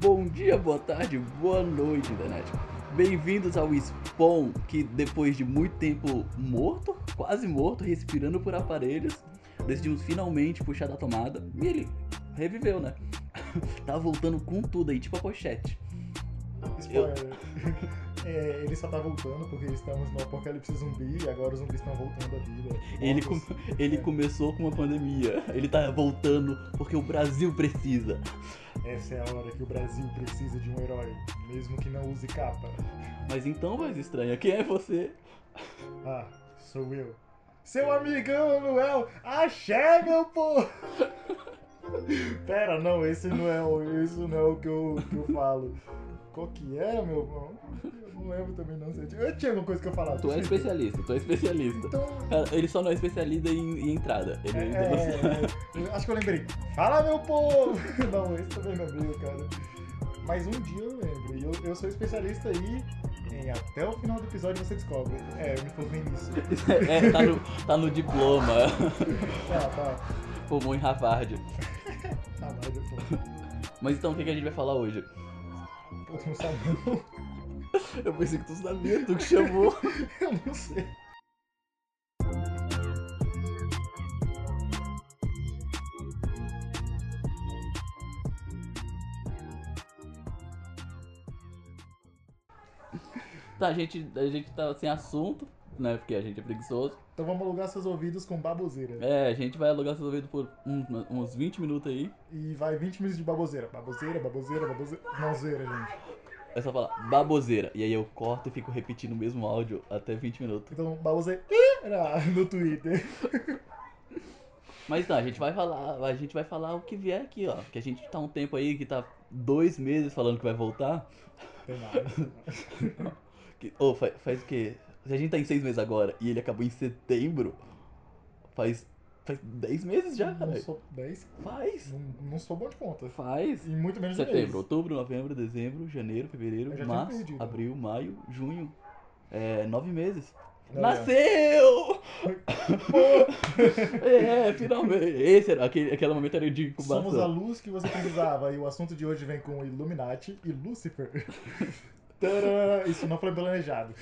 bom dia, boa tarde, boa noite, internet. Bem-vindos ao Spawn, que depois de muito tempo morto, quase morto, respirando por aparelhos, decidimos finalmente puxar da tomada e ele reviveu, né? tá voltando com tudo aí, tipo a pochete. Spoiler. É, ele só tá voltando porque estamos no apocalipse zumbi e agora os zumbis estão voltando à vida. Ele, com- Mortos. ele começou com uma pandemia, ele tá voltando porque o Brasil precisa. Essa é a hora que o Brasil precisa de um herói, mesmo que não use capa. Mas então, mais estranha, quem é você? Ah, sou eu. Seu amigão, Noel! Axé, meu povo! Pera, não, esse não é o, isso não é o que eu, que eu falo. Qual que é, meu irmão? Eu não lembro também, não sei. Eu tinha alguma coisa que eu falava. Tu é especialista, tu é especialista. Então, Cara, Ele só não é especialista em, em entrada. Ele ainda você- É, acho que eu lembrei. Fala, meu povo! Não, esse também não é meu, cara. Mas um dia eu lembro. E eu, eu sou especialista aí em até o final do episódio você descobre. É, eu me formei nisso. É, tá, no, tá no diploma. Tá, tá. Formou em Harvard. Tá, mas eu sou- Mas então, o que, que a gente vai falar hoje? eu não sabia. Eu pensei que tu sabia, tu que chamou. Eu não sei. Tá, a gente, a gente tá sem assunto, né? Porque a gente é preguiçoso. Então vamos alugar seus ouvidos com baboseira. É, a gente vai alugar seus ouvidos por um- uns 20 minutos aí. E vai 20 minutos de baboseira. Baboseira, baboseira, baboseira. Não, zoeira, gente. É só falar baboseira. E aí eu corto e fico repetindo o mesmo áudio até 20 minutos. Então, baboseira no Twitter. Mas tá, a gente vai falar, a gente vai falar o que vier aqui, ó. Que a gente tá um tempo aí que tá dois meses falando que vai voltar. Tem mais. Que, ô, faz, faz o quê? Se a gente tá em seis meses agora e ele acabou em setembro, faz. Faz dez meses já, Não caralho. sou 10. Faz! Não, não sou bom de conta. Faz! E muito menos de Setembro, mês. outubro, novembro, dezembro, janeiro, Eu fevereiro, já tinha março, perdido. abril, maio, junho. É, nove meses. Não, Nasceu! Pô, é, finalmente. Esse era, aquele, aquele momento era de incubação. Somos a luz que você precisava. E o assunto de hoje vem com Illuminati e Lucifer. Tcharam! Isso não foi planejado.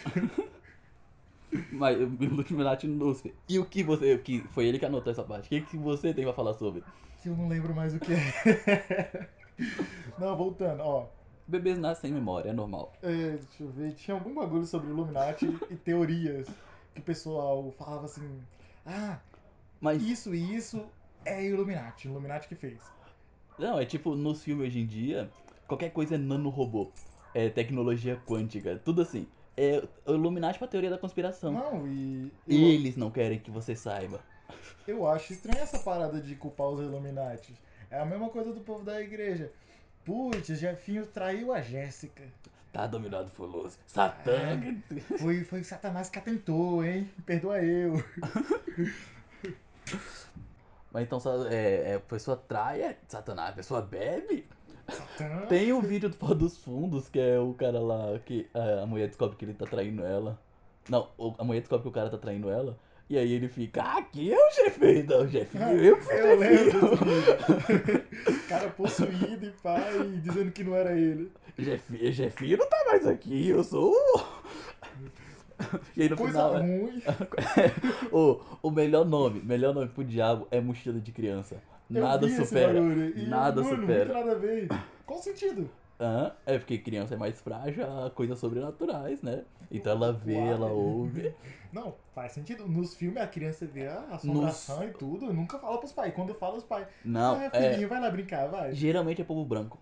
Mas o Illuminati Lucifer. E o que você. Que foi ele que anotou essa parte. O que, que você tem pra falar sobre? Que eu não lembro mais o que é. Não, voltando, ó. Bebês nascem sem memória, é normal. É, deixa eu ver. Tinha algum bagulho sobre Illuminati e teorias que o pessoal falava assim. Ah, Mas. isso e isso é Illuminati. Illuminati que fez. Não, é tipo, nos filmes hoje em dia, qualquer coisa é nanorobô. É tecnologia quântica, tudo assim. É o Illuminati pra teoria da conspiração. Não, e. eu- Eles não querem que você saiba. Eu acho estranha essa parada de culpar os Illuminati. É a mesma coisa do povo da igreja. Putz, Jefinho traiu a Jéssica. Tá dominado por luz. Satã. Foi, foi Satanás que atentou, hein? Perdoa eu. Mas então sa- é, é, a pessoa trai, é Satanás, a pessoa bebe. Satã? Tem um vídeo do Pó dos Fundos, que é o cara lá que é, a mulher descobre que ele tá traindo ela. Não, o- a mulher descobre que o cara tá traindo ela. E aí ele fica, ah, aqui é o chefe. Não, chefe, eu fui Ah, Eu lembro chefinho." desse vídeo. Cara possuído e pai, dizendo que não era ele. Jefinho, Jefinho não tá mais aqui, eu sou o. E aí no Coisa final, né? ruim. o, o melhor nome, melhor nome pro diabo é mochila de criança. Eu Nada vi esse supera. bagulho. E, nada mano, supera. Muito nada a ver. Qual o sentido? Hã? É porque criança é mais frágil a coisas sobrenaturais, né? Então ela vê, Uau. ela ouve. Não, faz sentido. Nos filmes a criança vê a assombração Nos- e tudo. Nunca fala pros pais. Quando fala, os pais. Não, ah, é. filhinho, vai lá brincar, vai. Geralmente é povo branco.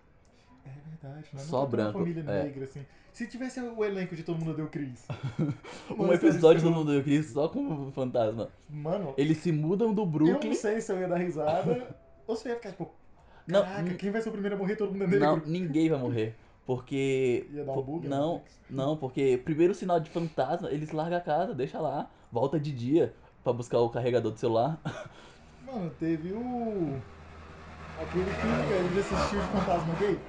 Verdade, né? Não Só tem tanta branco, família é. negra, assim. Se tivesse o elenco de Todo Mundo Deu Cris. Um episódio do Mundo do Cris só com o fantasma. Mano, Eles se mudam do eu não Brooklyn. sei se eu ia dar risada ou se eu ia ficar tipo, Não, caraca, n- quem vai ser o primeiro a morrer? Todo mundo é negro. não, ninguém vai morrer. Porque. Ia dar um fo- bug? Não, Não, porque primeiro sinal de fantasma, eles largam a casa, deixa lá, volta de dia pra buscar o carregador do celular. Mano, teve o. Aquele filme que a gente assistiu de fantasma gay.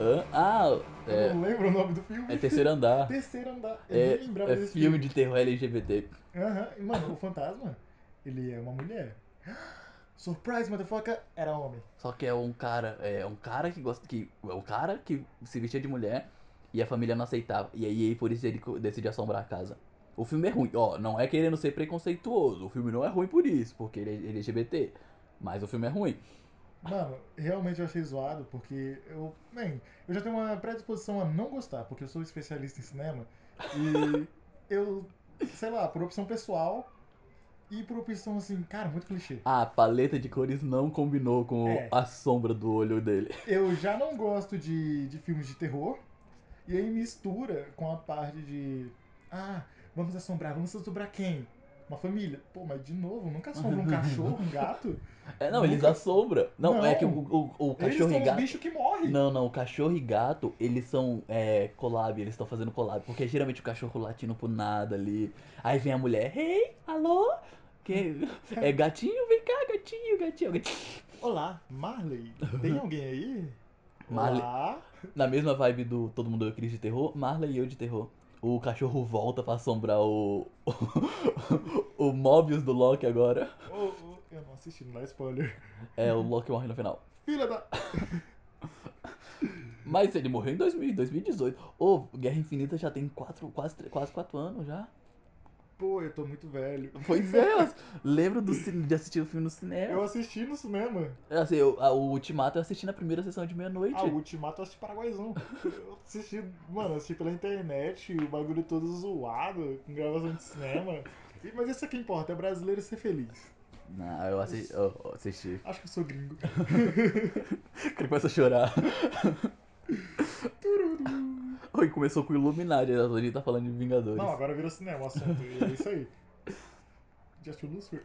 Hã? Ah, Eu é, não lembro o nome do filme. é terceiro andar. Terceiro andar. Eu É, nem lembrava é desse filme de terror LGBT. Aham, e, mano, o fantasma, ele é uma mulher. Surprise, motherfucker, era homem. Só que é um cara, é um cara que gosta que é um cara que se vestia de mulher e a família não aceitava. E aí por isso ele co- decide assombrar a casa. O filme é ruim, ó, não é querendo ser preconceituoso. O filme não é ruim por isso, porque ele é LGBT, mas o filme é ruim. Mano, realmente eu achei zoado, porque eu. Bem, eu já tenho uma predisposição a não gostar, porque eu sou especialista em cinema. E eu, sei lá, por opção pessoal e por opção assim, cara, muito clichê. Ah, A paleta de cores não combinou com É. a sombra do olho dele. Eu já não gosto de, de filmes de terror, e aí mistura com a parte de. Ah, vamos assombrar, vamos assombrar quem? Uma família. Pô, mas de novo, nunca assombra um cachorro, um gato? É, não, eles Nunca- assombram. Não, Não. é que o, o, o Eles cachorro são e os gato. bichos que morrem. Não, não, o cachorro e gato, eles são é, collab, eles estão fazendo collab, porque geralmente o cachorro latindo por nada ali. Aí vem a mulher, hey, alô? Que... É gatinho? Vem cá, gatinho, gatinho, gatinho. Olá, Marley, tem alguém aí? Marley. Olá. Na mesma vibe do Todo Mundo Eu Cris de Terror, Marley e eu de terror. O cachorro volta pra assombrar o. o Mobius do Loki agora. Ô, ô, eu não assisti, não dá spoiler. É, o Loki morre no final. Filha da. Mas ele morreu em 2000, 2018. Ô, Guerra Infinita já tem quatro, quase, tre- quase quatro anos já. Pô, eu tô muito velho. Pois é, eu lembro do cin- de assistir o filme no Eu cinema. assisti no cinema. Assim, eu- a- o Ultimato eu assisti na primeira sessão de meia-noite. A Ultimato eu assisti Paraguaizão. Eu assisti, mano, eu assisti pela internet, o bagulho todo zoado, com gravação de cinema. E- mas isso aqui importa, é brasileiro ser feliz. Não, eu assisti. Eu, eu assisti. Acho que eu sou gringo. Ele começa a chorar. Oi, começou com o Illuminati, a gente tá falando de Vingadores. Não, agora virou cinema o assunto. e É isso aí. Já assistiu Lucifer?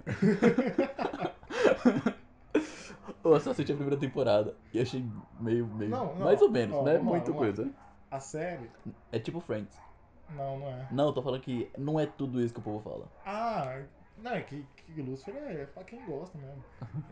Eu só assisti a primeira temporada e achei meio. meio Não, não. mais ou menos, Ó, né? vamos lá, Muita vamos lá. coisa. A série? É tipo Friends. Não, não é. Não, eu tô falando que não é tudo isso que o povo fala. Ah, não, é que, que Lucifer é, é pra quem gosta mesmo.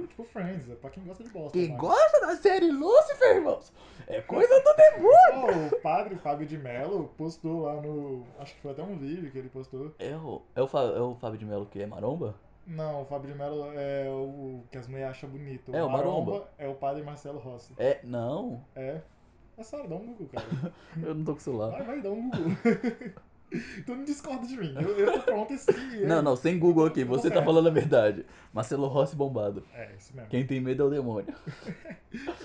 É tipo Friends, é pra quem gosta de bosta. Quem mas- gosta da série Lucifer, irmãos, é coisa do demônio. Ó, o padre Fábio de Mello postou lá no. Acho que foi até um vídeo que ele postou. É o, é o, Fa- é o Fábio de Mello que é maromba? Não, o Fábio de Mello é o que as mulheres acham bonito. É, o Maromba. É o padre Marcelo Rossi. É, não. É. É sério, dá um Google, cara. Eu não tô com celular. Vai, vai, dá um Google. tu não discorda de mim. Eu, eu tô pronto esse. Não, não, sem Google aqui, você tá É. falando a verdade. Marcelo Rossi bombado. É, isso mesmo. Quem tem medo é o demônio.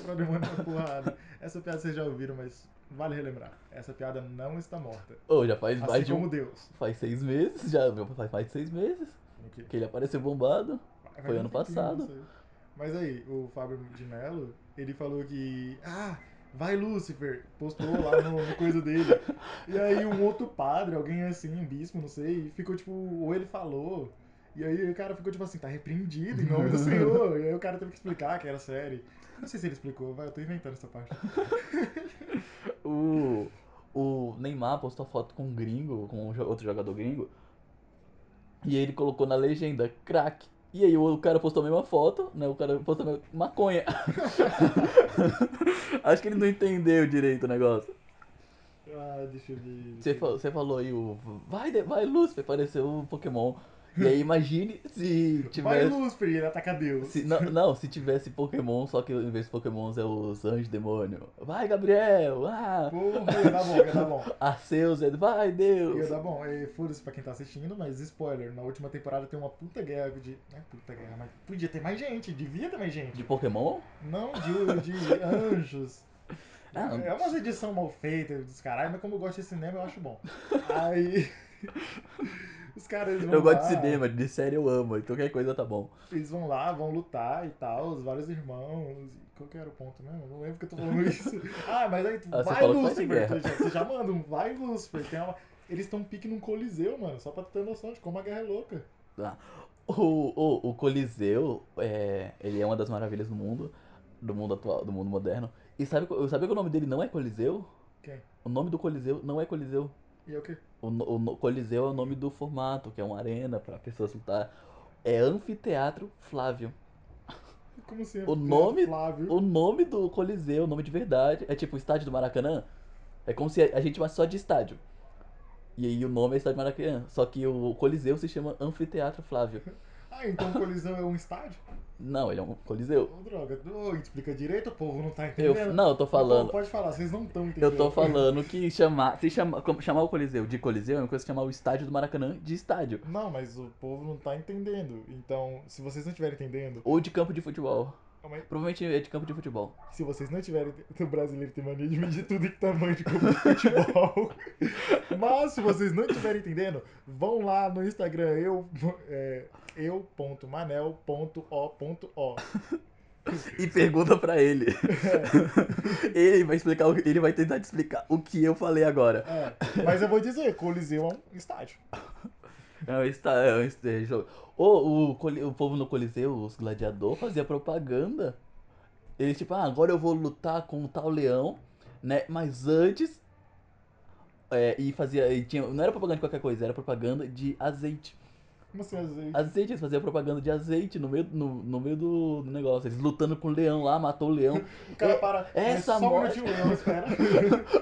Pra demandar uma porrada. Essa piada vocês já ouviram, mas vale relembrar. Essa piada não está morta. Ô, já faz mais Assim de um. como Deus. Faz seis meses, já viu? Faz mais de seis meses O quê? que ele apareceu bombado. Vai Foi dar ano um tempinho, passado. não sei. Mas aí, o Fábio de Mello, ele falou que. Ah, vai Lúcifer! Postou lá no, no coisa dele. E aí um outro padre, alguém assim, um bispo, não sei, ficou tipo, ou ele falou. E aí o cara ficou tipo assim, tá repreendido em nome do Senhor. E aí o cara teve que explicar que era série. Não sei se ele explicou, vai, eu tô inventando essa parte. O, o Neymar postou foto com um gringo, com um jo- outro jogador gringo. E ele colocou na legenda, crack. E aí o cara postou a mesma foto, né? O cara postou a mesma... maconha. Acho que ele não entendeu direito o negócio. Ah, deixa eu ver. Você fa- você falou aí o. Vai, de- vai Lúcifer, pareceu um Pokémon. E aí imagine se Vai tivesse. Lúcifer, ele ataca Deus. se- não, não, se tivesse Pokémon, só que em vez de Pokémons é os anjos demônio. Vai, Gabriel! Ah, Porra, ia dar bom, ia dar bom. Arceus, é- vai, Ia Deus! dar bom, é, foda-se pra quem tá assistindo, mas spoiler, na última temporada tem uma puta guerra de. Não é puta guerra, mas podia ter mais gente, devia ter mais gente. De Pokémon? Não de, de anjos. Ah, não. É umas edições mal feitas dos caralho, mas como eu gosto de cinema, eu acho bom. Aí. Os caras eles vão Eu gosto de lá, cinema, de série eu amo, então qualquer coisa tá bom. Eles vão lá, vão lutar e tal, os vários irmãos. e Qual que era o ponto mesmo? Eu Não lembro que eu tô falando isso. Ah, mas aí tu Ah, você vai, falou que vai ter Lúcifer. guerra. tu já- Você já manda um vai, Lúcifer. Tem uma- Eles estão pique num coliseu, mano, só pra ter noção de como a guerra é louca. O, o, o Coliseu, é, ele é uma das maravilhas do mundo, do mundo atual, do mundo moderno. E sabe, co- sabe que o nome dele não é Coliseu? Quem? O nome do Coliseu não é Coliseu. E é o quê? O, no- o no- Coliseu é o nome do formato, que é uma arena pra pessoas lutar. É Anfiteatro Flávio. Como assim? O nome- Flávio. O nome do Coliseu, o nome de verdade, é tipo o estádio do Maracanã. É como se a gente chamasse só de estádio. E aí o nome é estádio Maracanã. Só que o Coliseu se chama Anfiteatro Flávio. Ah, então o Coliseu é um estádio? Não, ele é um coliseu. Ô, droga, ô, explica direito, o povo não tá Eu, entendendo. não, eu tô falando. Pode falar, vocês não estão entendendo. Eu tô falando que chamar, se chamar, como- chamar o Coliseu de Coliseu é uma coisa que chamar o estádio do Maracanã de estádio. Não, mas o povo não tá entendendo. Então, se vocês não estiverem entendendo. Ou de campo de futebol. Calma aí. Provavelmente é de campo de futebol. Se vocês não tiverem. O brasileiro tem mania de medir tudo em tamanho de campo de futebol. Mas se vocês não estiverem entendendo, vão lá no Instagram eu, é, eu.manel.o.o. E pergunta pra ele. ele vai explicar, o- ele vai tentar te explicar o que eu falei agora. É, mas eu vou dizer, Coliseu é um estádio. É um está, é um está- é jogo. Ou o, coli- o povo no Coliseu, os gladiador, fazia propaganda. Eles tipo, ah, agora eu vou lutar com o tal leão, né? Mas antes é, e fazia, e tinha, não era propaganda de qualquer coisa, era propaganda de azeite. Como assim, às vezes? Azeite, eles faziam propaganda de azeite no meio, no, no meio do do negócio. Eles lutando com o leão lá, matou o leão. O cara para. essa é só um morte- minutinho, eu espera.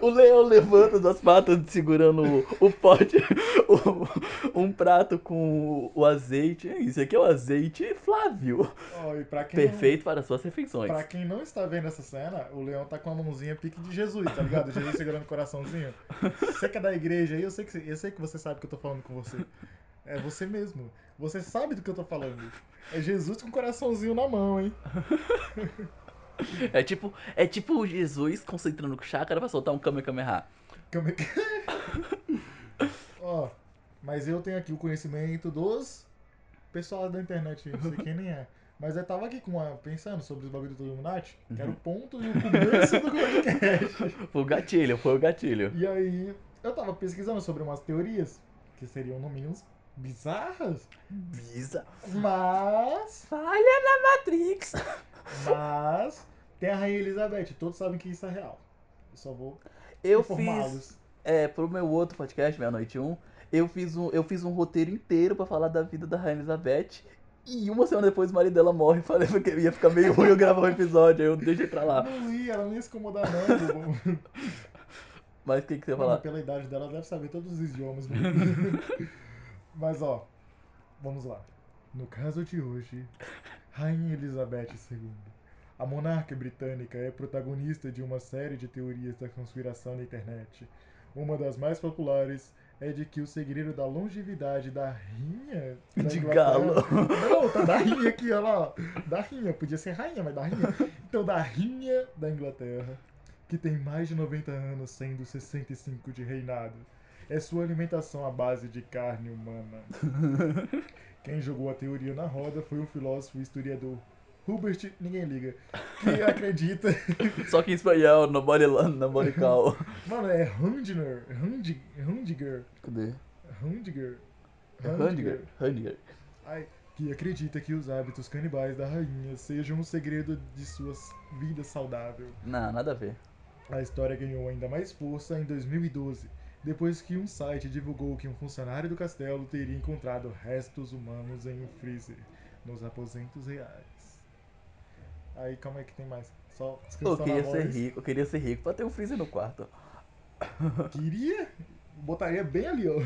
O leão levanta das patas, segurando o, o pote, o- um prato com o azeite. Isso aqui é o azeite Flávio. Ó, e pra quem não- Perfeito para suas refeições. Pra quem não está vendo essa cena, o leão tá com a mãozinha pique de Jesus, tá ligado? Jesus segurando o coraçãozinho. Você que é da igreja aí, eu sei que, você- eu sei que você sabe que eu tô falando com você. É você mesmo. Você sabe do que eu tô falando. É Jesus com o coraçãozinho na mão, hein? É tipo, é tipo o Jesus concentrando com o chácara pra soltar um Kamehameha. Como é que- Ó, mas eu tenho aqui o conhecimento dos pessoal da internet, não sei quem nem é. Mas eu tava aqui com uma, pensando sobre os bagulho do Illuminati, que era o ponto e o começo do podcast. Foi o gatilho, foi o gatilho. E aí, eu tava pesquisando sobre umas teorias que seriam, no mínimo, bizarras. Bisa. Mas. Falha na Matrix. Mas. Tem a Rainha Elizabeth, todos sabem que isso é real. Eu só vou Eu fiz. informá-los. É, pro meu outro podcast, Meia Noite 1, eu fiz um, eu fiz um roteiro inteiro pra falar da vida da Rainha Elizabeth. E uma semana depois o marido dela morre. Falei que ia ficar meio ruim eu gravar um episódio, aí eu deixei pra lá. Não ia, ela não ia se incomodar, não. Bubu. Mas o que, que você ia Não, mas falar? pela idade dela, ela deve saber todos os idiomas. Bubu. mas, ó, vamos lá. No caso de hoje, Rainha Elizabeth II. A monarca britânica é protagonista de uma série de teorias da conspiração na internet. Uma das mais populares é de que o segredo da longevidade da rinha. da De Inglaterra- galo. Não, tá da rinha aqui, olha lá. Da rinha, podia ser rainha, mas da rinha. Então, da rinha da Inglaterra, que tem mais de 90 anos, sendo 65 de reinado. É sua alimentação à base de carne humana. Quem jogou a teoria na roda foi o filósofo e historiador Hubert, ninguém liga, que acredita. Só que em espanhol, no body, no body call. Mano, é Hundner, Hund, Hundiger, Cadê? Hundiger, É Handiger. Handiger. Ai, que acredita que os hábitos canibais da rainha sejam o segredo de sua s- vida saudável. Não, nada a ver. A história ganhou ainda mais força em 2012, depois que um site divulgou que um funcionário do castelo teria encontrado restos humanos em um freezer nos aposentos reais. Aí, calma aí que tem mais. Só Eu descansar na queria ser voz. rico, eu queria ser rico pra ter um freezer no quarto. Queria? Botaria bem ali, ó.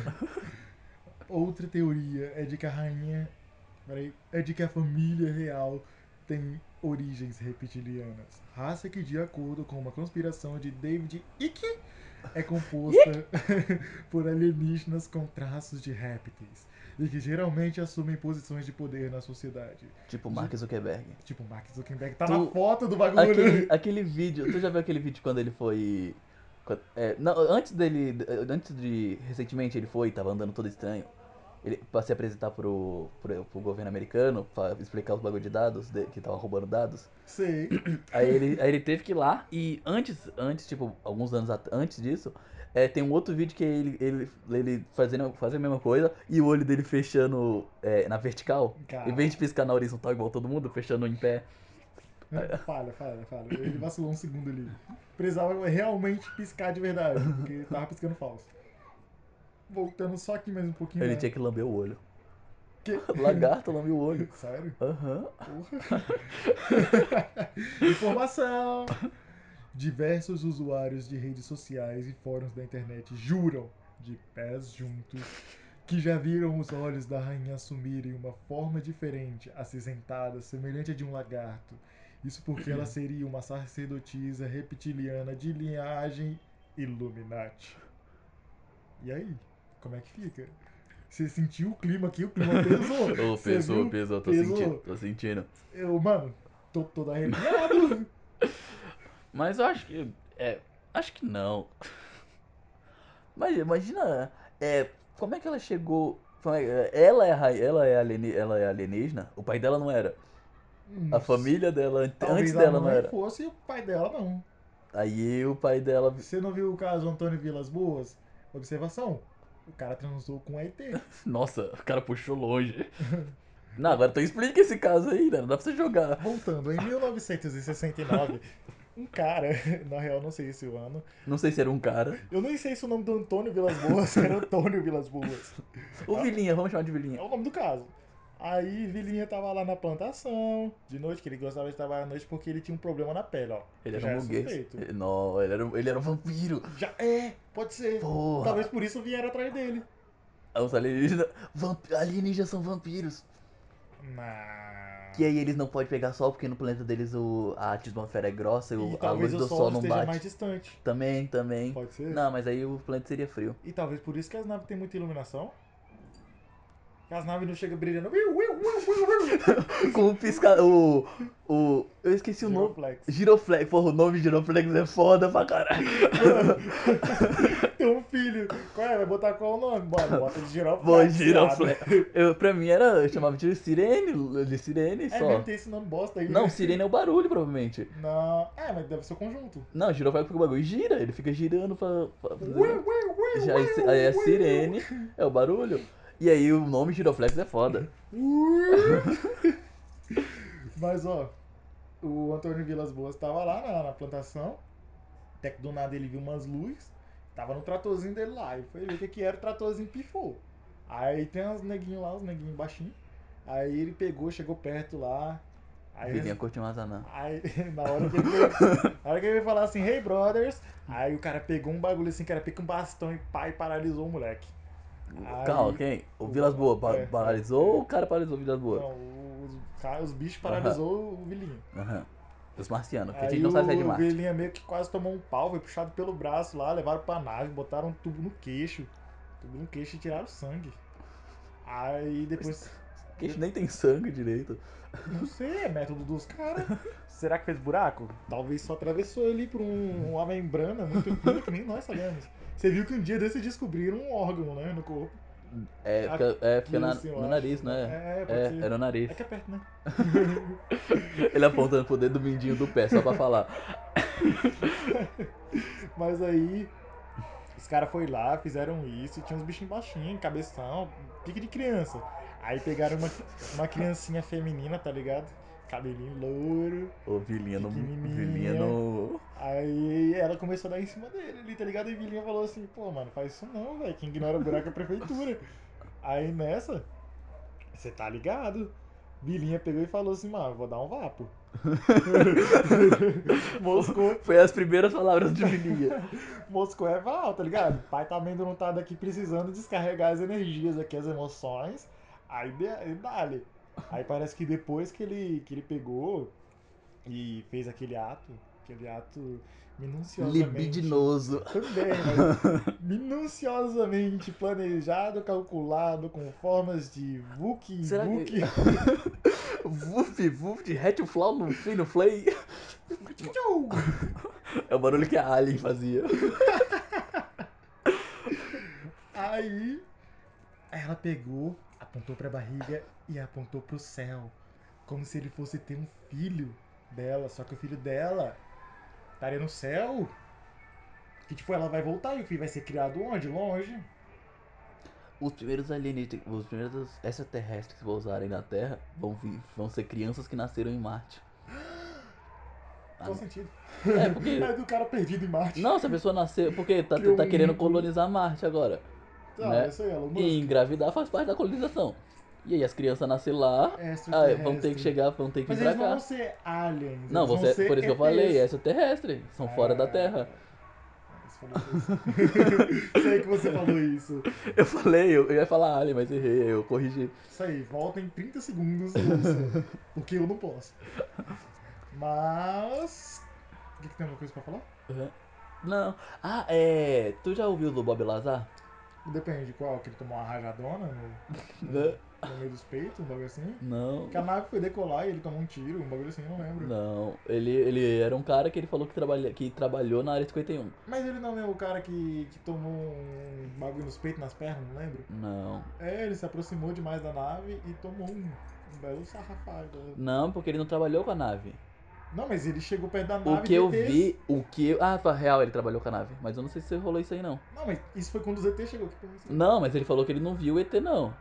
Outra teoria é de que a rainha. Peraí. É de que a família real tem origens reptilianas. Raça que, de acordo com uma conspiração de David Icke, é composta por alienígenas com traços de répteis. E que geralmente assumem posições de poder na sociedade. Tipo Mark Zuckerberg. Tipo, Mark Zuckerberg tá Tu- na foto do bagulho. Aquele, aquele vídeo, tu já viu aquele vídeo quando ele foi. quando- é, não, antes dele. Antes de. Recentemente ele foi, tava andando todo estranho. Ele pra se apresentar pro, pro, pro governo americano, pra explicar os bagulho de dados, de- que tava roubando dados. Sei. Aí ele, aí ele teve que ir lá e antes, antes, tipo, alguns anos at- antes disso, é, tem um outro vídeo que ele, ele, ele fazendo, fazendo a mesma coisa e o olho dele fechando é, na vertical. Cara, Em vez de piscar na horizontal igual todo mundo, fechando em pé. Falha, falha, falha. Ele vacilou um segundo ali. Precisava realmente piscar de verdade, porque tava piscando falso. Voltando só aqui mais um pouquinho. Ele né? tinha que lamber o olho. Que- Lagarto lambeu o olho. Sério? Aham. Porra. Informação! Diversos usuários de redes sociais e fóruns da internet juram, de pés juntos, que já viram os olhos da rainha assumirem uma forma diferente, acinzentada, semelhante a de um lagarto. Isso porque ela seria uma sacerdotisa reptiliana de linhagem Illuminati. E aí? Como é que fica? Você sentiu o clima aqui? O clima pesou. Ô, Você pesou, viu? pesou, tô Pesou. sentindo, tô sentindo. Eu, mano, tô todo arrepiado. Mas eu acho que. É. Acho que não. Mas imagina. É, como é que ela chegou. como é- Ela é, a rai- ela, é alieni- ela é alienígena? O pai dela não era. A Nossa. família dela, ante- Talvez antes a dela, não mãe era. fosse e o pai dela não. Aí o pai dela. Você não viu o caso do Antônio Vilas Boas? Observação. O cara transou com um ET. Nossa, o cara puxou longe. Não, agora tu explica esse caso aí, né? Não dá pra você jogar. Voltando, em 1969, um cara, na real não sei esse o ano, Não sei se era um cara. eu nem sei se o nome do Antônio Vilas Boas era Antônio Vilas Boas. Ou Ah. Vilinha, vamos chamar de É Vilinha. o nome do caso. Aí Vilinha tava lá na plantação, de noite, que ele gostava de trabalhar à noite porque ele tinha um problema na pele, ó. Ele Já é era um burguês. suspeito. Ele- Não, ele era, um- ele era um vampiro. Já é, pode ser. Porra. Talvez por isso vieram atrás dele. Aí Os alienígenas. Vamp... Alienígenas são vampiros. Não. Que aí eles não podem pegar sol, porque no planeta deles o, a atmosfera é grossa e, o- E a luz talvez do o sol, sol não esteja bate. mais distante. Também, também. Pode ser? Não, mas aí o planeta seria frio. E talvez por isso que as naves têm muita iluminação. Que as naves não chegam brilhando. Uiu, uiu, uiu, uiu, uiu. Com o pisca. O. O. Eu esqueci o nome. Giroflex. Giroflex, porra, o nome de Giroflex é foda pra caralho. Tem um filho. Qual é? Vai botar qual o nome? Bora, bota de giroflex. Pô, viado. Giroflex. Eu, pra mim era. Eu chamava de Sirene, de Sirene É, nem só. tem esse nome bosta aí. Não, né? Sirene é o barulho, provavelmente. Não. É, mas deve ser o conjunto. Não, Giroflex porque o bagulho gira, ele fica girando pra. pra fazer- Uiu, uiu, uiu, Já, aí, uiu, aí é uiu. sirene, é o barulho. E aí o nome Giroflex é foda. Uiu. Mas, ó. O Antônio Vilas Boas tava lá na, na plantação. Até que do nada ele viu umas luzes. Tava no tratorzinho dele lá. E foi ver o que, que era, o tratorzinho pifou. Aí tem uns neguinhos lá, uns neguinhos baixinhos. Aí ele pegou, chegou perto lá. Aí Vilinha curte Mazanã. Aí, na hora que ele veio, na hora que ele veio falar assim, hey brothers, aí o cara pegou um bagulho assim, que era pica um bastão e pá, e paralisou o moleque. Aí- Calma, quem? O Vilas Boa pa- É. paralisou ou o cara paralisou o Vilas Boa? Não, os, ca- os bichos paralisou o Vilinha. Aham. Os marcianos, porque a Aí gente não sabe sair de o Marte. Vilinha meio que quase tomou um pau, foi puxado pelo braço lá, levaram pra nave, botaram um tubo no queixo. Tubo no queixo e tiraram sangue. Aí depois. Porque a gente nem tem sangue direito. Não sei, é método dos caras. Será que fez buraco? Talvez só atravessou ali por um, uma membrana muito fina que nem nós sabemos. Você viu que um dia desse descobriram um órgão, né, no corpo. É, fica, é, fica na- Aqui, assim, eu no acho. nariz, não é? É, pode É, ser. era o nariz. É que é perto, né? Ele apontando pro dedo do mindinho do pé, só pra falar. Mas aí, os caras foi lá, fizeram isso, e tinha uns bichinhos baixinhos, cabeção, pique de criança. Aí pegaram uma, uma criancinha feminina, tá ligado? Cabelinho louro. Ô, Vilinha no. Pequenininha. Vilinha no. Aí ela começou a dar em cima dele ali, tá ligado? E Vilinha falou assim, pô, mano, faz isso não, velho. Quem ignora o buraco é a prefeitura. Aí nessa, você tá ligado? Vilinha pegou e falou assim, mano, vou dar um vapo. Moscou, Foi as primeiras palavras de Vilinha. Moscou é val, tá ligado? O pai tá amedrontado aqui precisando descarregar as energias aqui, as emoções. Aí de- dale. Aí parece que depois que ele, que ele pegou e fez aquele ato, aquele ato minuciosamente. Libidinoso. Também, mas minuciosamente planejado, calculado, com formas de Vuk Será que- Vuk. Vup, vup de Hatflow no fim no Flay. Tchau! É o barulho que a Alien fazia. Aí ela pegou, apontou pra barriga e apontou pro céu. Como se ele fosse ter um filho dela, só que o filho dela estaria no céu. Que tipo, ela vai voltar e o filho vai ser criado onde? Longe. Os primeiros alienígenas, os primeiros extraterrestres que pousarem na Terra vão, vir, vão ser crianças que nasceram em Marte. Ah, Qual sentido? É, porque- Mas do cara perdido em Marte. Não, se a pessoa nascer. Porque tá, Criou tá um querendo vínculo. colonizar Marte agora. Tá, né? isso aí, ela. E engravidar faz parte da colonização. E aí as crianças nascer lá, ah, vão ter que chegar, vão ter que Mas vir pra eles não vão cá. ser aliens. Não, eles vão você, é, ser por isso que eu ETs. falei, é extraterrestre. São fora da Ah, Terra. Eles falou isso. Sei que você falou isso. Eu falei, eu, eu ia falar Alien, mas errei, aí eu corrigi. Isso aí, volta em 30 segundos. e ouça, Porque eu não posso. Mas. O que, que tem alguma coisa pra falar? Não. Ah, é. Tu já ouviu do Bob Lazar? Depende de qual, que ele tomou uma rajadona no, no meio dos peitos, um bagulho assim. Não. Que a nave foi decolar e ele tomou um tiro, um bagulho assim, eu não lembro. Não. Ele, ele era um cara que ele falou que, trabalha, que trabalhou na área 51. Mas ele não é o cara que, que tomou um bagulho nos peitos, nas pernas, não lembro. Não. É, ele se aproximou demais da nave e tomou um, um belo sarrafado. Não, porque ele não trabalhou com a nave. Não, mas ele chegou perto da nave O que e eu ETs vi, o que eu... Ah, foi real, ele trabalhou com a nave. Mas eu não sei se rolou isso aí, não. Não, mas isso foi quando os ET chegou aqui pra você. Não, mas ele falou que ele não viu o ET, não.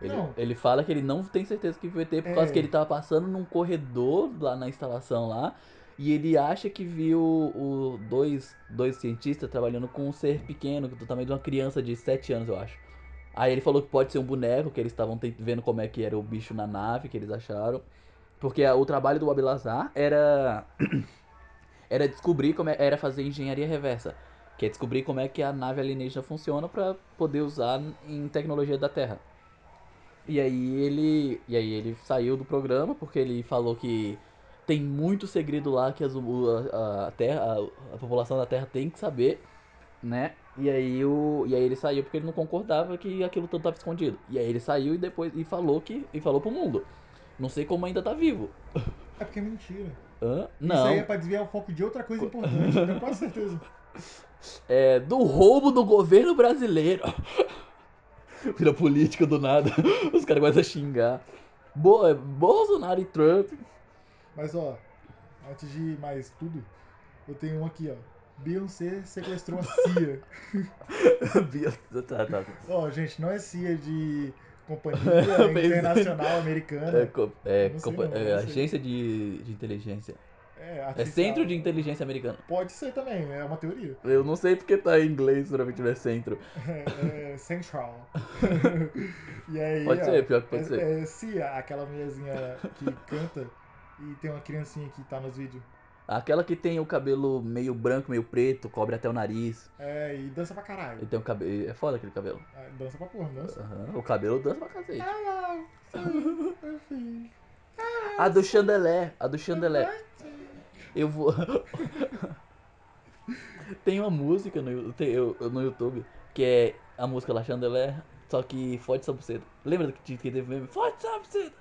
Ele, Não. ele fala que ele não tem certeza que viu o ET por É. causa que ele tava passando num corredor lá na instalação lá. E ele acha que viu o dois, dois cientistas trabalhando com um ser pequeno, do tamanho de uma criança de 7 anos, eu acho. Aí ele falou que pode ser um boneco, que eles estavam tent- vendo como é que era o bicho na nave, que eles acharam. Porque a- o trabalho do Abelazar era. era descobrir como é, era fazer engenharia reversa. Que é descobrir como é que a nave alienígena funciona pra poder usar em tecnologia da Terra. E aí ele. E aí ele saiu do programa porque ele falou que tem muito segredo lá que as- o- a, a terra, a, a população da Terra tem que saber, né? E aí, o, e aí ele saiu porque ele não concordava que aquilo tudo tava escondido. E aí ele saiu e depois e falou que e falou pro mundo. Não sei como ainda tá vivo. É porque é mentira. Hã? Isso Não. aí é pra desviar o foco de outra coisa importante, eu tenho quase certeza. É do roubo do governo brasileiro. Vira política do nada. Os caras começam a xingar. Bo- é, Bolsonaro e Trump. Mas ó, antes de mais tudo, eu tenho um aqui, ó. Beyoncé sequestrou a CIA. tá, tá, tá. ó, gente, não é CIA de Eu companhia pensei- internacional É, americana. co- é, Não sei compa- não, é, não sei. agência de, de inteligência. É, É artificial. centro de inteligência americana. Pode ser também, é uma teoria. Eu não sei porque tá em inglês, provavelmente não é centro. É, é central. e aí, Pode ó, ser, pior que pode é, ser. É, Cia, aquela mulherzinha que canta e tem uma criancinha que tá nos vídeos. Aquela que tem o cabelo meio branco, meio preto, cobre até o nariz. É, e dança pra caralho. E tem o cabelo. É foda aquele cabelo. Ah, Dança pra porra, não dança. Aham, O cabelo dança pra cacete. Hello, sou eu, filho. A do chandelé, a do Né? chandelé. Eu vou. tem uma música no, Yu- tem- eu- no YouTube que é a música lá Chandelé, só que Forte essa buceta. Lembra que, que teve meme? Forte essa buceta!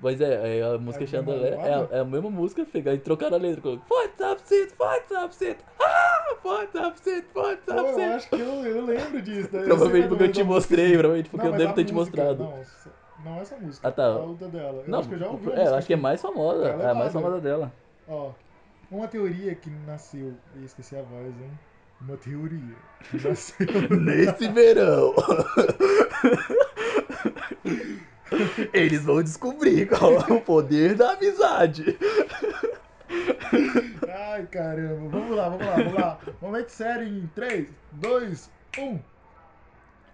Pois é, é a música É a mesma Chandelé é, a- roda? é a mesma música, fica aí trocaram a letra. colocou, Forte essa buceta, forte essa buceta! Ah, forte essa buceta, forte Pô, essa eu buceta! acho que eu, eu lembro disso. né? Eu sei Provavelmente porque mais ou eu menos te a mostrei, música. provavelmente porque eu Não, mas devo a ter te música, mostrado. Não, essa- não essa música. Ah, tá. A outra dela. Eu acho que eu já ouvi. a é, eu música, acho que é mais famosa, Ela é é a mais foda. famosa dela. Ó, uma teoria que nasceu. Ih, esqueci a voz, hein? Uma teoria que nasceu. Nesse verão. Eles vão descobrir qual é o poder da amizade. Ai, caramba. Vamos lá, vamos lá, vamos lá. Momento sério em 3, 2, 1.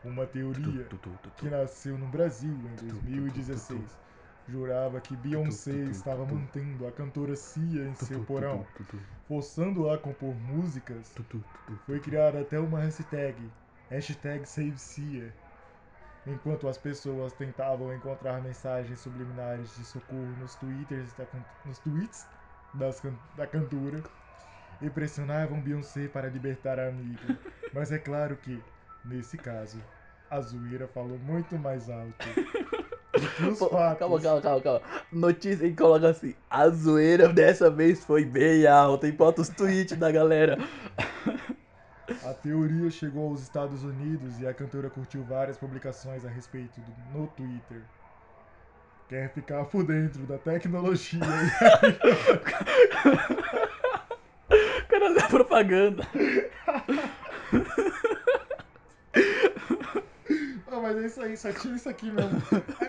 Uma teoria que nasceu no Brasil em 2016. Jurava que Beyoncé estava mantendo a cantora Cia em seu porão, forçando-a a compor músicas. Foi criada até uma hashtag, hashtag Save Cia, enquanto as pessoas tentavam encontrar mensagens subliminares de socorro nos twitters da can- nos tweets das can- da cantora e pressionavam Beyoncé para libertar a amiga. Mas é claro que, nesse caso, a zoeira falou muito mais alto do que os Pô, fatos. Calma, calma, calma, calma. Notícia que coloca assim: a zoeira dessa vez foi bem alta. E bota os tweets da galera. A teoria chegou aos Estados Unidos e a cantora curtiu várias publicações a respeito do- no Twitter. Quer ficar por dentro da tecnologia? O cara da propaganda. Ah, mas é isso aí, só tinha isso aqui mesmo.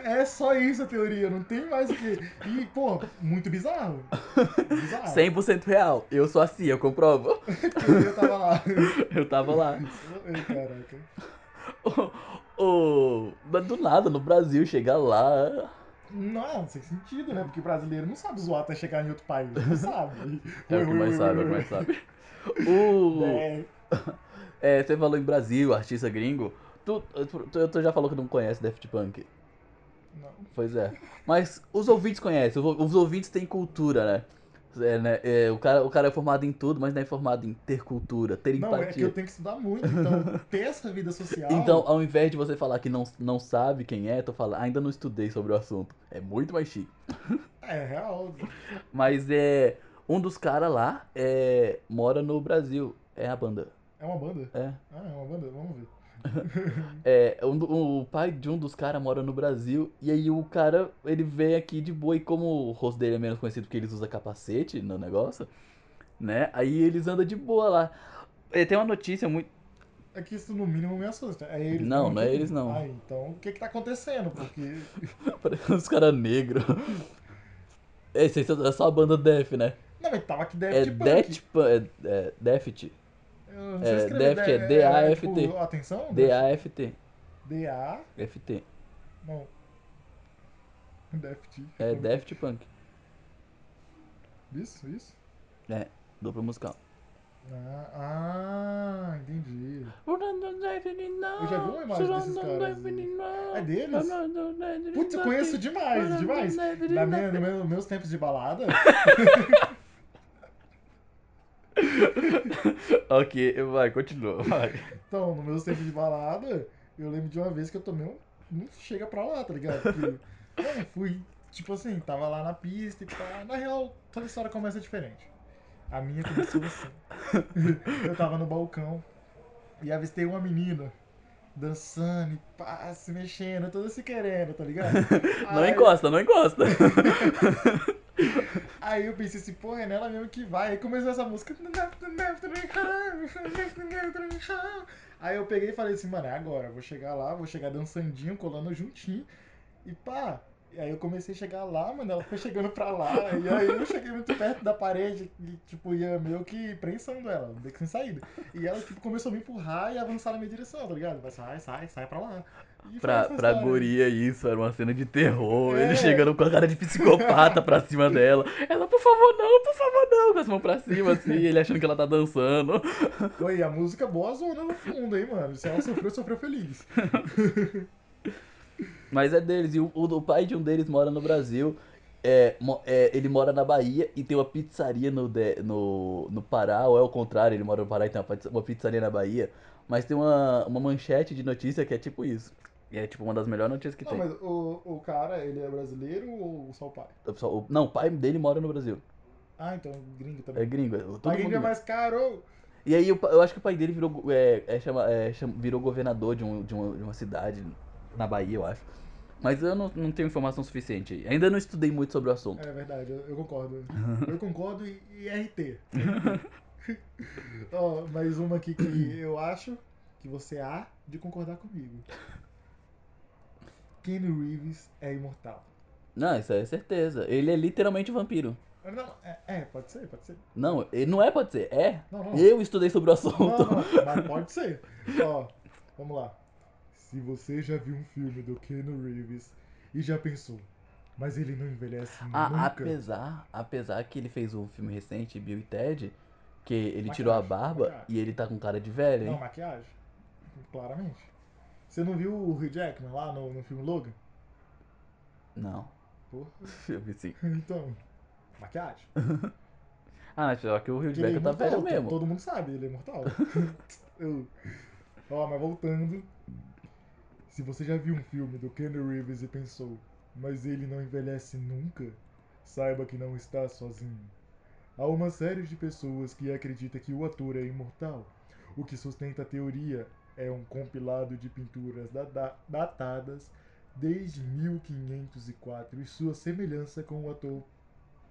É só isso a teoria, não tem mais o que. E, pô, muito bizarro. Bizarro. 100% real. Eu sou assim, eu comprovo. Teoria tava lá. Eu tava lá. Ei, caraca. Ô, ô, mas do nada, no Brasil, chegar lá. Não, não tem sentido, né? Porque brasileiro não sabe zoar até chegar em outro país. Não sabe. É o que mais sabe, é o que mais sabe. O. É, É, você falou em Brasil, artista gringo. Tu, tu, tu já falou que não conhece Daft Punk. Não. Pois é. Mas os ouvintes conhecem, os ou- os ouvintes têm cultura, né? É, né? É, o, cara, o cara é formado em tudo, mas não é formado em ter cultura, ter Não, é que empatia. eu tenho que estudar muito, então ter essa vida social. Então, ao invés de você falar que não, não sabe quem é, tu fala, ainda não estudei sobre o assunto. É muito mais chique. É real. Mas é. Um dos caras lá é, mora no Brasil. É a banda. É uma banda? É. Ah, é uma banda? Vamos ver. É, um do- o pai de um dos caras mora no Brasil, e aí o cara, ele vem aqui de boa, e como o rosto dele é menos conhecido porque eles usam capacete no negócio, né? Aí eles andam de boa lá. É, tem uma notícia muito. É que isso no mínimo me assusta. É eles Não, também não é que- eles, não. Ah, então o que que tá acontecendo? Porque Parece uns caras negros. É, isso aí é só a banda Def, né? Não, mas tava aqui É Deft Punk. Deft Punk. É, é Deft. Eu não é, sei escrever. Deft é né? D-A-F-T. tipo, atenção? D-A-F-T. D-A. F-T. Não. Deft. É Deft Punk. Isso, isso. Dupla musical. Ah, ah, entendi. Eu já vi uma imagem desses caras. É deles? Putz, eu conheço demais, demais. Na minha, no meu- meus tempos de balada, Ok, vai, continua, vai. então, nos meus tempos de balada, eu lembro de uma vez que eu tomei um. Não chega pra lá, tá ligado? Porque, não, fui, tipo assim, tava lá na pista e pá. Na real, toda história começa diferente. A minha começou assim. Eu tava no balcão e avistei uma menina dançando e pá, se mexendo, toda se querendo, tá ligado? Não Aí- encosta, não encosta. Aí eu pensei assim, porra, é nela mesmo que vai. Aí começou essa música. Aí eu peguei e falei assim, mano, é agora, vou chegar lá, vou chegar dançandinho, colando juntinho. E pá, e aí eu comecei a chegar lá, mano, ela foi chegando pra lá. E aí eu cheguei muito perto da parede e, tipo, ia meio que prensando ela, meio que sem saída. E ela, tipo, começou a me empurrar e avançar na minha direção, tá ligado? Vai, sai, sai, sai pra lá. E foi Pra, essa pra história. guria isso, era uma cena de terror. É. Ele chegando com a cara de psicopata pra cima dela. Ela, por favor, não, por favor, não. Com as mãos pra cima, assim, ele achando que ela tá dançando. Oi, a música é boa zona no fundo, hein, mano. Se ela sofreu, sofreu feliz. Mas é deles, e o, o do pai de um deles mora no Brasil. É, mo- é, ele mora na Bahia e tem uma pizzaria no, de- no, no Pará, ou é o contrário, ele mora no Pará e tem uma, pizza- uma pizzaria na Bahia. Mas tem uma, uma manchete de notícia que é tipo isso. E é tipo uma das melhores notícias que Não, tem. mas o, o cara, ele é brasileiro ou só o pai? O pessoal- o- não, o pai dele mora no Brasil. Ah, então gringo É também. gringo. é- todo A mundo gringa é gringo. mais caro! E aí o pa- eu acho que o pai dele virou, go- é, é chama- é, chama- virou governador de, um- de uma, de uma cidade na Bahia, eu acho. Mas eu não, não tenho informação suficiente aí. Ainda não estudei muito sobre o assunto. É verdade, eu, eu concordo. Eu concordo e, e RT. Ó, mais uma aqui que eu acho que você há de concordar comigo. Kenny Reeves é imortal. Não, isso aí é certeza. Ele é literalmente um vampiro. Não, é, é, pode ser, pode ser. Não, ele não é, pode ser. É. Não, não. Eu estudei sobre o Não, assunto. não, mas pode ser. Ó, vamos lá. Se você já viu um filme do Keanu Reeves e já pensou, mas ele não envelhece A- nunca. Ah, apesar, apesar que ele fez um filme recente, Bill e Ted, que ele Maquiagem, tirou a barba maquiagem. e ele tá com cara de velho, Não, hein? maquiagem. Claramente. Você não viu o Hugh Jackman lá no, no filme Logan? Não. Porra. Eu vi sim. Então, maquiagem. Ah, mas pior que o Hugh Porque ele é Jackman tá imortal, velho to- mesmo. Todo mundo sabe, ele é imortal. Eu- Ó, mas voltando. Se você já viu um filme do Kenny Reeves e pensou, mas ele não envelhece nunca, saiba que não está sozinho. Há uma série de pessoas que acredita que o ator é imortal. O que sustenta a teoria é um compilado de pinturas da- da- datadas desde 1504 e sua semelhança com o ator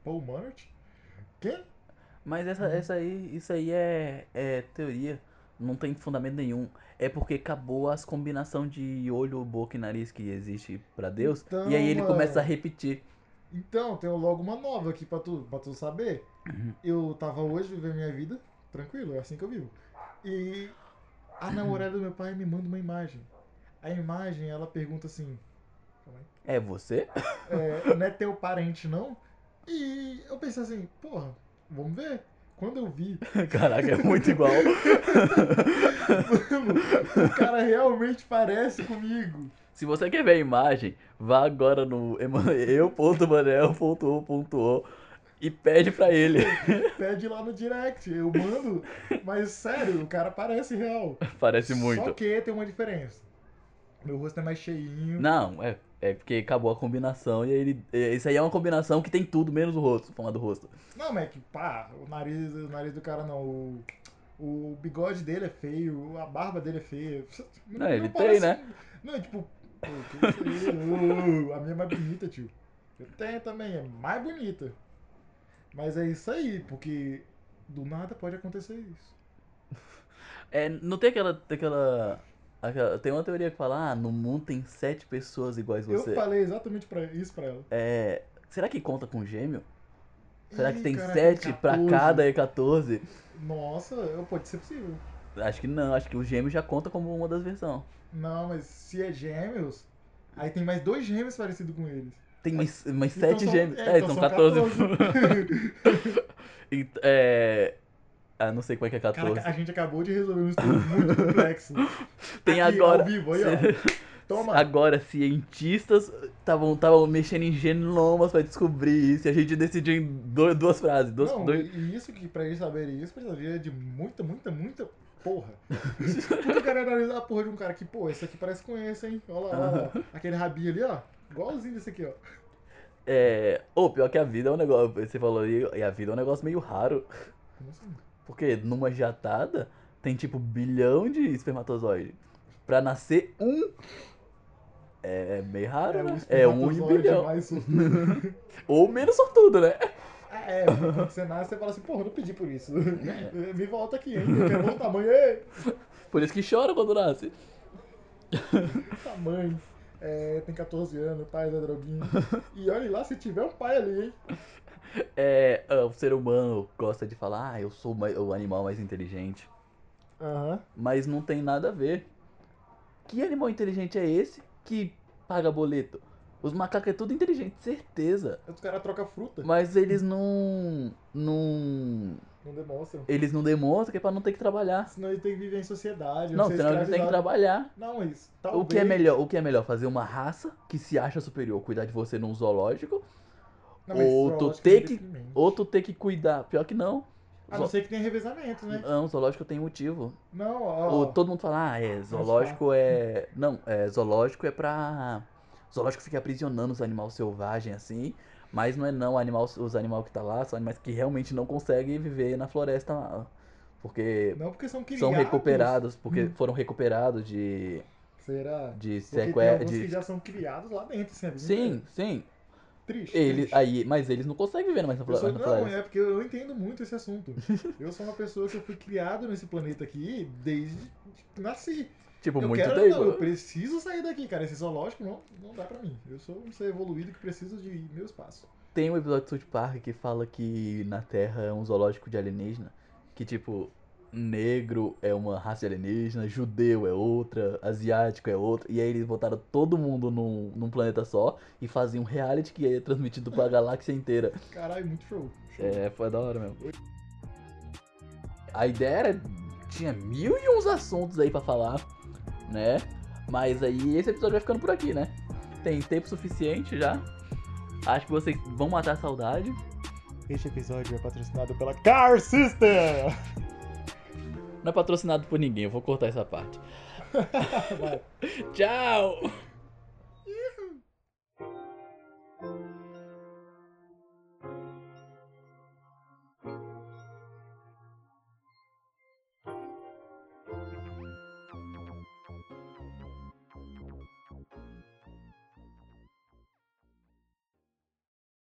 Paul Mart? Quem? Mas essa, Uhum. essa aí, isso aí é, é teoria, não tem fundamento nenhum. É porque acabou as combinação de olho, boca e nariz que existe pra Deus. Então, e aí ele mano. começa a repetir. Então, tenho logo uma nova aqui pra tu, pra tu saber. Uhum. Eu tava hoje vivendo minha vida, tranquilo, é assim que eu vivo. E a Uhum. namorada do meu pai me manda uma imagem. A imagem, ela pergunta assim: calma aí, É você? é, Não é teu parente, não? E eu pensei assim: Porra, vamos ver. Quando eu vi, Caraca, é muito igual. mano, o cara realmente parece comigo. Se você quer ver a imagem, vá agora no emanuel.manel.o.o e pede pra ele. Pede lá no direct, eu mando. Mas sério, o cara parece real. Parece Só muito. que tem uma diferença. Meu rosto é mais cheinho. Não, é, é porque acabou a combinação e aí ele. é, Isso aí é uma combinação que tem tudo, menos o rosto, falar do rosto. Não, mas é que pá, o nariz, o nariz do cara não. O, o bigode dele é feio, a barba dele é feia. Não, ele tem, parece- né? Não, é tipo. pô, que isso aí? Ô, a minha é mais bonita, tio. Eu tenho também, é mais bonita. Mas é isso aí, porque do nada pode acontecer isso. É, não tem aquela. tem aquela. aquela- tem uma teoria que fala, ah, no mundo tem sete pessoas iguais a Eu você. falei exatamente pra, isso pra ela. É. Será que conta com gêmeo? Será que Ih, tem cara, sete pra 14. cada e 14? Nossa, pode ser possível. Acho que não, acho que o gêmeo já conta como uma das versões. Não, mas se é gêmeos, aí tem mais dois gêmeos parecidos com eles. Tem mais, mais Então sete são- gêmeos. é, É, então são são 14. 14. E, é. Ah, não sei como é que é 14. Cara, a gente acabou de resolver um estudo muito complexo. Tem Aqui, agora. Ao vivo, aí, ó. Toma. Agora, cientistas estavam estavam mexendo em genomas pra descobrir isso. E a gente decidiu em do- duas frases. Duas, Não, dois- E isso que pra eles saberem isso, precisaria de muita, muita, muita porra. Porque o cara analisar a porra de um cara que, pô, esse aqui parece com esse, hein? Olha lá, olha lá. Aquele rabinho ali, ó. Igualzinho desse aqui, ó. É. Ou pior que a vida é um negócio. Você falou aí, e a vida é um negócio meio raro. Como assim? Porque numa jatada tem tipo bilhão de espermatozoide. Pra nascer um. É, é meio raro, né? É um em espermatozoide bilhão. mais sortudo. Ou menos sortudo, né? é, porque quando você nasce, você fala assim, porra, eu não pedi por isso. Me volta aqui, hein? Eu quero outro tamanho, ei! Por isso que chora quando nasce. Puta mãe. É, tem 14 anos, pai da droguinha. E olha lá se tiver um pai ali, hein? É, ah, o ser humano gosta de falar, ah, eu sou o mai- o animal mais inteligente. Aham. Mas não tem nada a ver. Que animal inteligente é esse que paga boleto? Os macacos é tudo inteligente, certeza. Os caras trocam fruta, Mas eles não. não. não demonstram. Eles não demonstram que é pra não ter que trabalhar. Senão ele tem que viver em sociedade. Não, ser senão eles têm que escravizado. trabalhar. Não, isso. O que é melhor? O que é melhor? Fazer uma raça que se acha superior, cuidar de você num zoológico? é Ou tu ter que- Ou tu ter que cuidar? Pior que não. A não ser que tenha revezamento, né? Não, zoológico tem motivo. Não, ó. Ou todo mundo fala, ah, é, zoológico é. Não, é, zoológico é pra. Zoológico fica aprisionando os animais selvagens assim. Mas não é não, animal, os animais que tá lá são animais que realmente não conseguem viver na floresta. lá, Porque Não, porque são criados. são recuperados, porque Hum. foram recuperados de. Será? é de Porque tem sequestro. alguns né? que já são criados lá dentro, assim, a vida Sim, inteira. sim. Triste. Eles, triste. aí, mas eles não conseguem viver mais na Eu flo- sou- na não, floresta. é porque eu entendo muito esse assunto. Eu sou uma pessoa que eu fui criado nesse planeta aqui desde que nasci. Tipo, eu muito quero, tempo. não, eu preciso sair daqui, cara. Esse zoológico não, não dá pra mim. Eu sou um ser evoluído que precisa de meu espaço. Tem um episódio de South Park que fala que na Terra é um zoológico de alienígena. Que, tipo, negro é uma raça de alienígena, judeu é outra, asiático é outra. E aí eles botaram todo mundo num, num planeta só e faziam um reality que é transmitido pra galáxia inteira. Caralho, muito show. show. É, foi da hora mesmo. A ideia era. Tinha mil e uns assuntos aí pra falar, né? Mas aí esse episódio vai ficando por aqui, né? Tem tempo suficiente já. Acho que vocês vão matar a saudade. Este episódio é patrocinado pela Car System! Não é patrocinado por ninguém, eu vou cortar essa parte. Vai. Tchau!